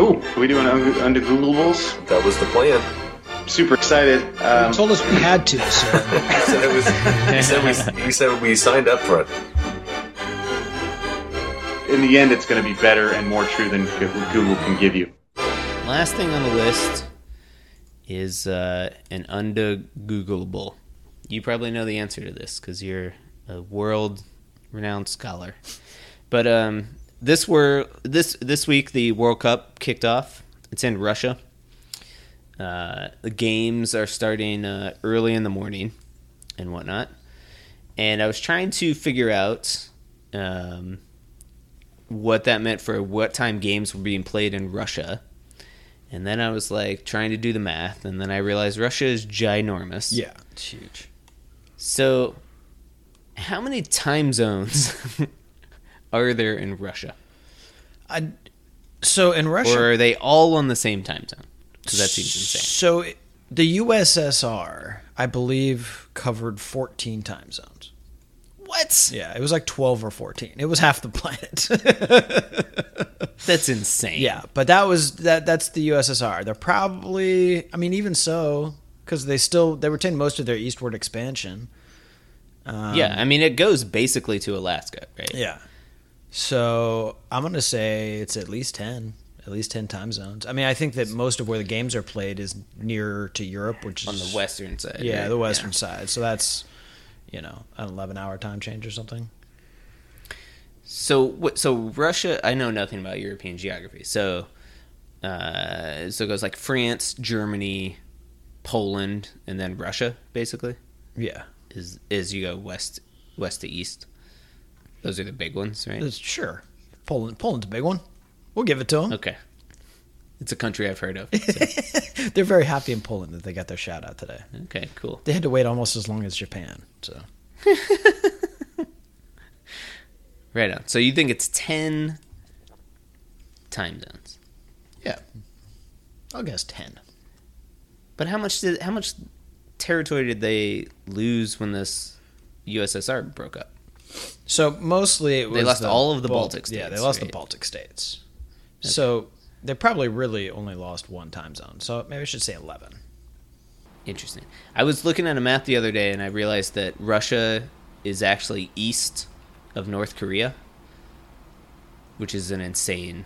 Oh, we doing un- under Googleables? That was the plan. Super excited. You Um, told us we had to, so We said it was. we, said we, we said we signed up for it. in the end, it's going to be better and more true than Go- Google can give you. Last thing on the list is uh, an under Googleable. You probably know the answer to this because you're a world renowned scholar. But um, this were this this week the World Cup kicked off. It's in Russia. Uh, the games are starting uh, early in the morning and whatnot. And I was trying to figure out um, what that meant for what time games were being played in Russia. And then I was like trying to do the math, and then I realized Russia is ginormous. yeah. It's huge. So, how many time zones are there in Russia? I, so in Russia, Or are they all on the same time zone? Because that seems insane. So it- the USSR, I believe, covered 14 time zones. What? Yeah, it was like 12 or 14. It was half the planet. That's insane. yeah, but that was that. That's the USSR. They're probably. I mean, even so, because they still they retained most of their eastward expansion. yeah. I mean, it goes basically to Alaska, right? Um, Yeah. So I'm gonna say it's at least 10. At least 10 time zones. I mean, I think that most of where the games are played is nearer to Europe, which is On the western side. Yeah, right? the western side. So that's, you know, an eleven-hour time change or something. So what? So Russia. I know nothing about European geography. So, uh, so it goes like France, Germany, Poland, and then Russia. Basically, Yeah, is is you go west, west to east. Those are the big ones, right? It's- sure. Poland, Poland's a big one. We'll give it to them. Okay, it's a country I've heard of. They're very happy in Poland that they got their shout out today. okay, cool. They had to wait almost as long as Japan. So Right on. So you think it's ten time zones? yeah, I'll guess ten. But how much did how much territory did they lose when this USSR broke up? So mostly it was lost the all of the Balt- Baltic Yeah, they states, lost right? the Baltic states. So they probably really only lost one time zone. So maybe I should say eleven. Interesting. I was looking at a map the other day and I realized that Russia is actually east of North Korea, which is an insane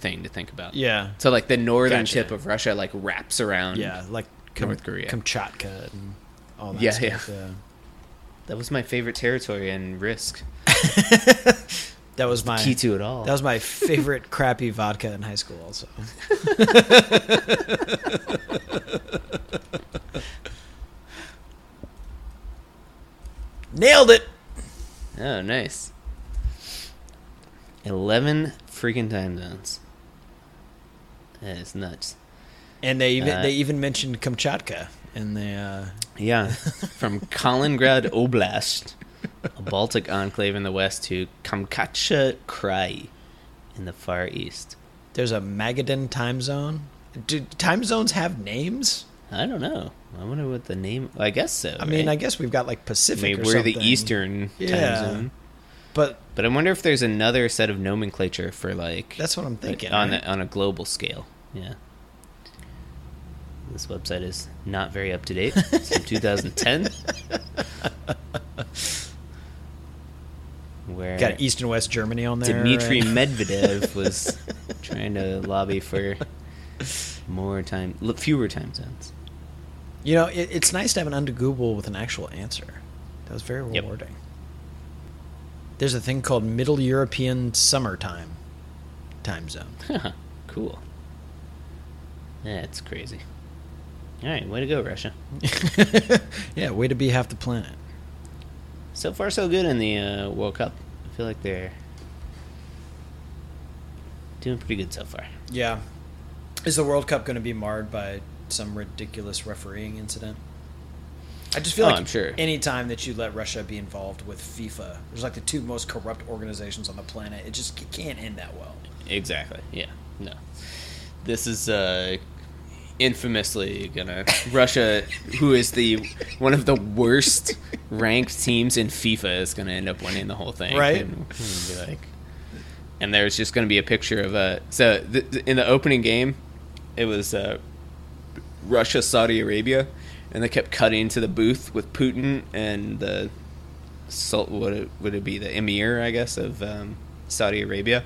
thing to think about. Yeah, So like the northern Gotcha. tip of Russia like wraps around. yeah, like Kam- Mm. North Korea. Kamchatka, and all that. Yeah, stuff. yeah. yeah. That was my favorite territory in Risk. That was my Key to it all. That was my favorite crappy vodka in high school. Also, nailed it. oh, nice. 11 freaking time zones. That is nuts. And they even Uh, they even mentioned Kamchatka in the uh, Yeah, from Kaliningrad Oblast, a Baltic enclave in the west, to Kamchatka Krai in the far east. there's a Magadan time zone. Do time zones have names? I don't know. I wonder what the name. I guess so. I mean, I right? guess we've got like I Pacific. mean, or we're the something, eastern Yeah. time zone, but but I wonder if there's another set of nomenclature for like that's what I'm thinking. on right? a, on a global scale. Yeah. This website is not very up to date. It's from 2010. Where got East and West Germany on there. Dmitry and- Medvedev was trying to lobby for more time, l- fewer time zones. You know, it, it's nice to have an under Google with an actual answer. That was very Yep. rewarding. There's a thing called Middle European Summertime time zone. cool. That's crazy. All right, way to go, Russia. yeah, way to be half the planet. So far, so good in the uh, World Cup. I feel like they're doing pretty good so far. Yeah. Is the World Cup going to be marred by some ridiculous refereeing incident? I just feel Oh, like I'm sure. any time that you let Russia be involved with FIFA, there's like the two most corrupt organizations on the planet. It just it can't end that well. Exactly. Yeah. No. This is uh, infamously gonna Russia, who is the one of the worst ranked teams in FIFA, is gonna end up winning the whole thing. Right. And we're gonna be like, and there's just going to be a picture of a. So th- th- in the opening game, it was uh, Russia, Saudi Arabia, and they kept cutting to the booth with Putin and the. Salt, would it would it be the emir, I guess, of um, Saudi Arabia?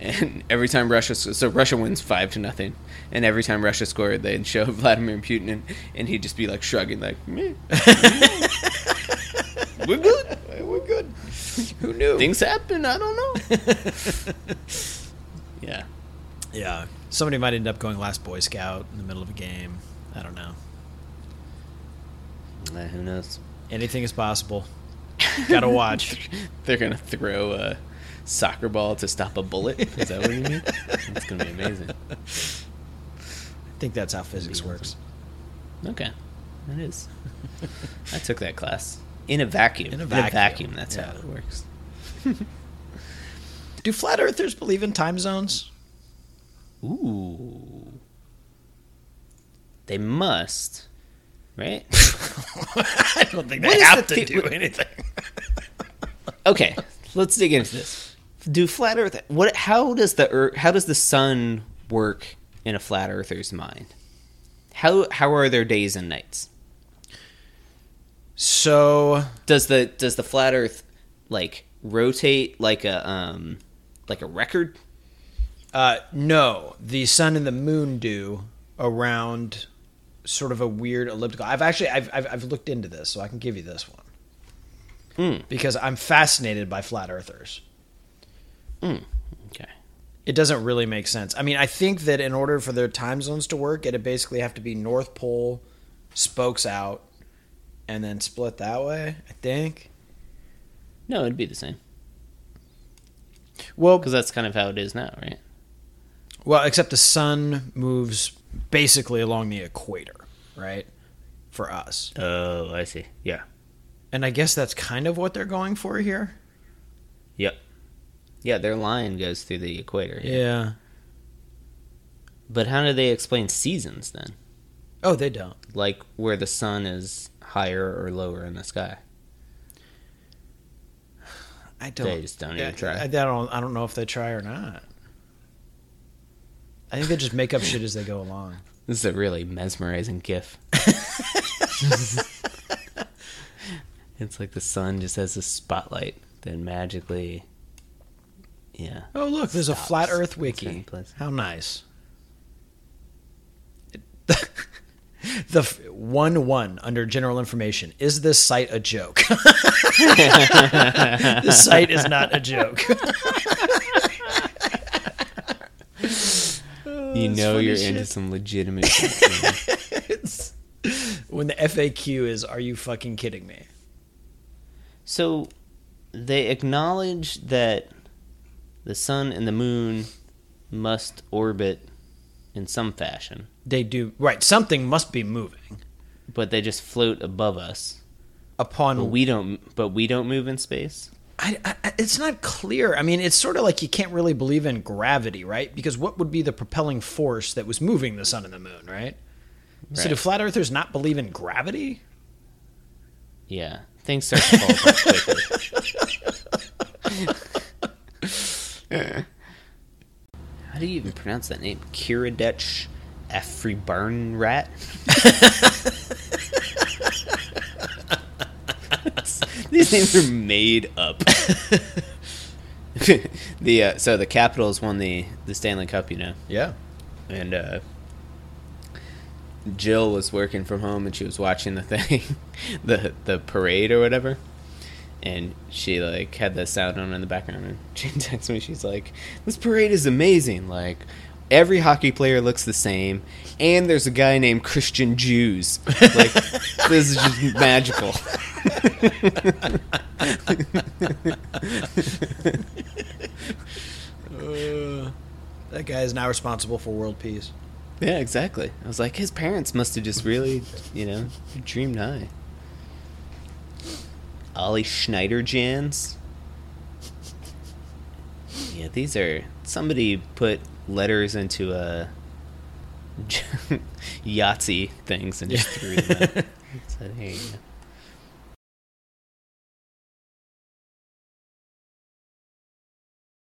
And every time Russia, sc- so Russia wins five to nothing, and every time Russia scored, they'd show Vladimir Putin, and, and he'd just be like shrugging, like, "Meh, we're good. We're good. Who knew? Things happen. I don't know. yeah. Yeah. Somebody might end up going last Boy Scout in the middle of a game. I don't know. who knows? Anything is possible. Gotta watch. They're going to throw a soccer ball to stop a bullet. Is that what you mean? It's going to be amazing. I think that's how physics works. Okay. That is. I took that class. In a vacuum. In a vacuum, that's yeah. how it works. Do flat earthers believe in time zones? Ooh. They must. Right? I don't think What they is have the to thi- do anything. okay, let's dig into this. Do flat Earth? What? How does the Earth? How does the sun work in a flat Earther's mind? How how are their days and nights? So Does the does the flat Earth like rotate like a um like a record? Uh, no, the sun and the moon do around sort of a weird elliptical. I've actually I've I've, I've looked into this, so I can give you this one because I'm fascinated by flat earthers. Okay. It doesn't really make sense. I mean, I think that in order for their time zones to work, it'd basically have to be North Pole, spokes out, and then split that way. I think. No, it'd be the same Well, because that's kind of how it is now, right? Well, except the sun moves basically along the equator, right? For us. Oh, I see. Yeah. And I guess that's kind of what they're going for here. Yep. Yeah, their line goes through the equator. Yeah. But how do they explain seasons then? Oh, they don't. like where the sun is higher or lower in the sky. I don't. They just don't even I- try. I, I don't. I don't know if they try or not. I think they just make up shit as they go along. This is a really mesmerizing gif. it's like the sun just has a spotlight, then magically, yeah. Oh, look, there's a flat Stops. Earth That's wiki. right, please. How nice. The, the f- one one under general information is this site a joke? the site is not a joke. you know funny you're shit. into some legitimate. shit, man. when the FAQ is, are you fucking kidding me? so they acknowledge that the sun and the moon must orbit in some fashion, They do right. Something must be moving but they just float above us. upon But we don't. But we don't move in space. I, I, I- it's not clear. I mean, it's sort of like you can't really believe in gravity, right? Because what would be the propelling force that was moving the sun and the moon, right? So do Right. flat earthers not believe in gravity? Yeah, things start to fall apart quickly. How do you even pronounce that name? Kiradech Afribarn Rat? These names are made up. the uh, so the Capitals won the the Stanley Cup, you know, Yeah. and uh, Jill was working from home and she was watching the thing, the the parade or whatever, and she like had the sound on in the background and she texts me. She's like, "This parade is amazing! Like." Every hockey player looks the same, and there's a guy named Christian Jews. Like, this is just magical. Uh, That guy is now responsible for world peace. Yeah, exactly. I was like, his parents must have just really, you know, dreamed high. Ollie Schneider Jans. Yeah, these are. Somebody put letters into a. Yahtzee things and just threw them out. Said, here you go.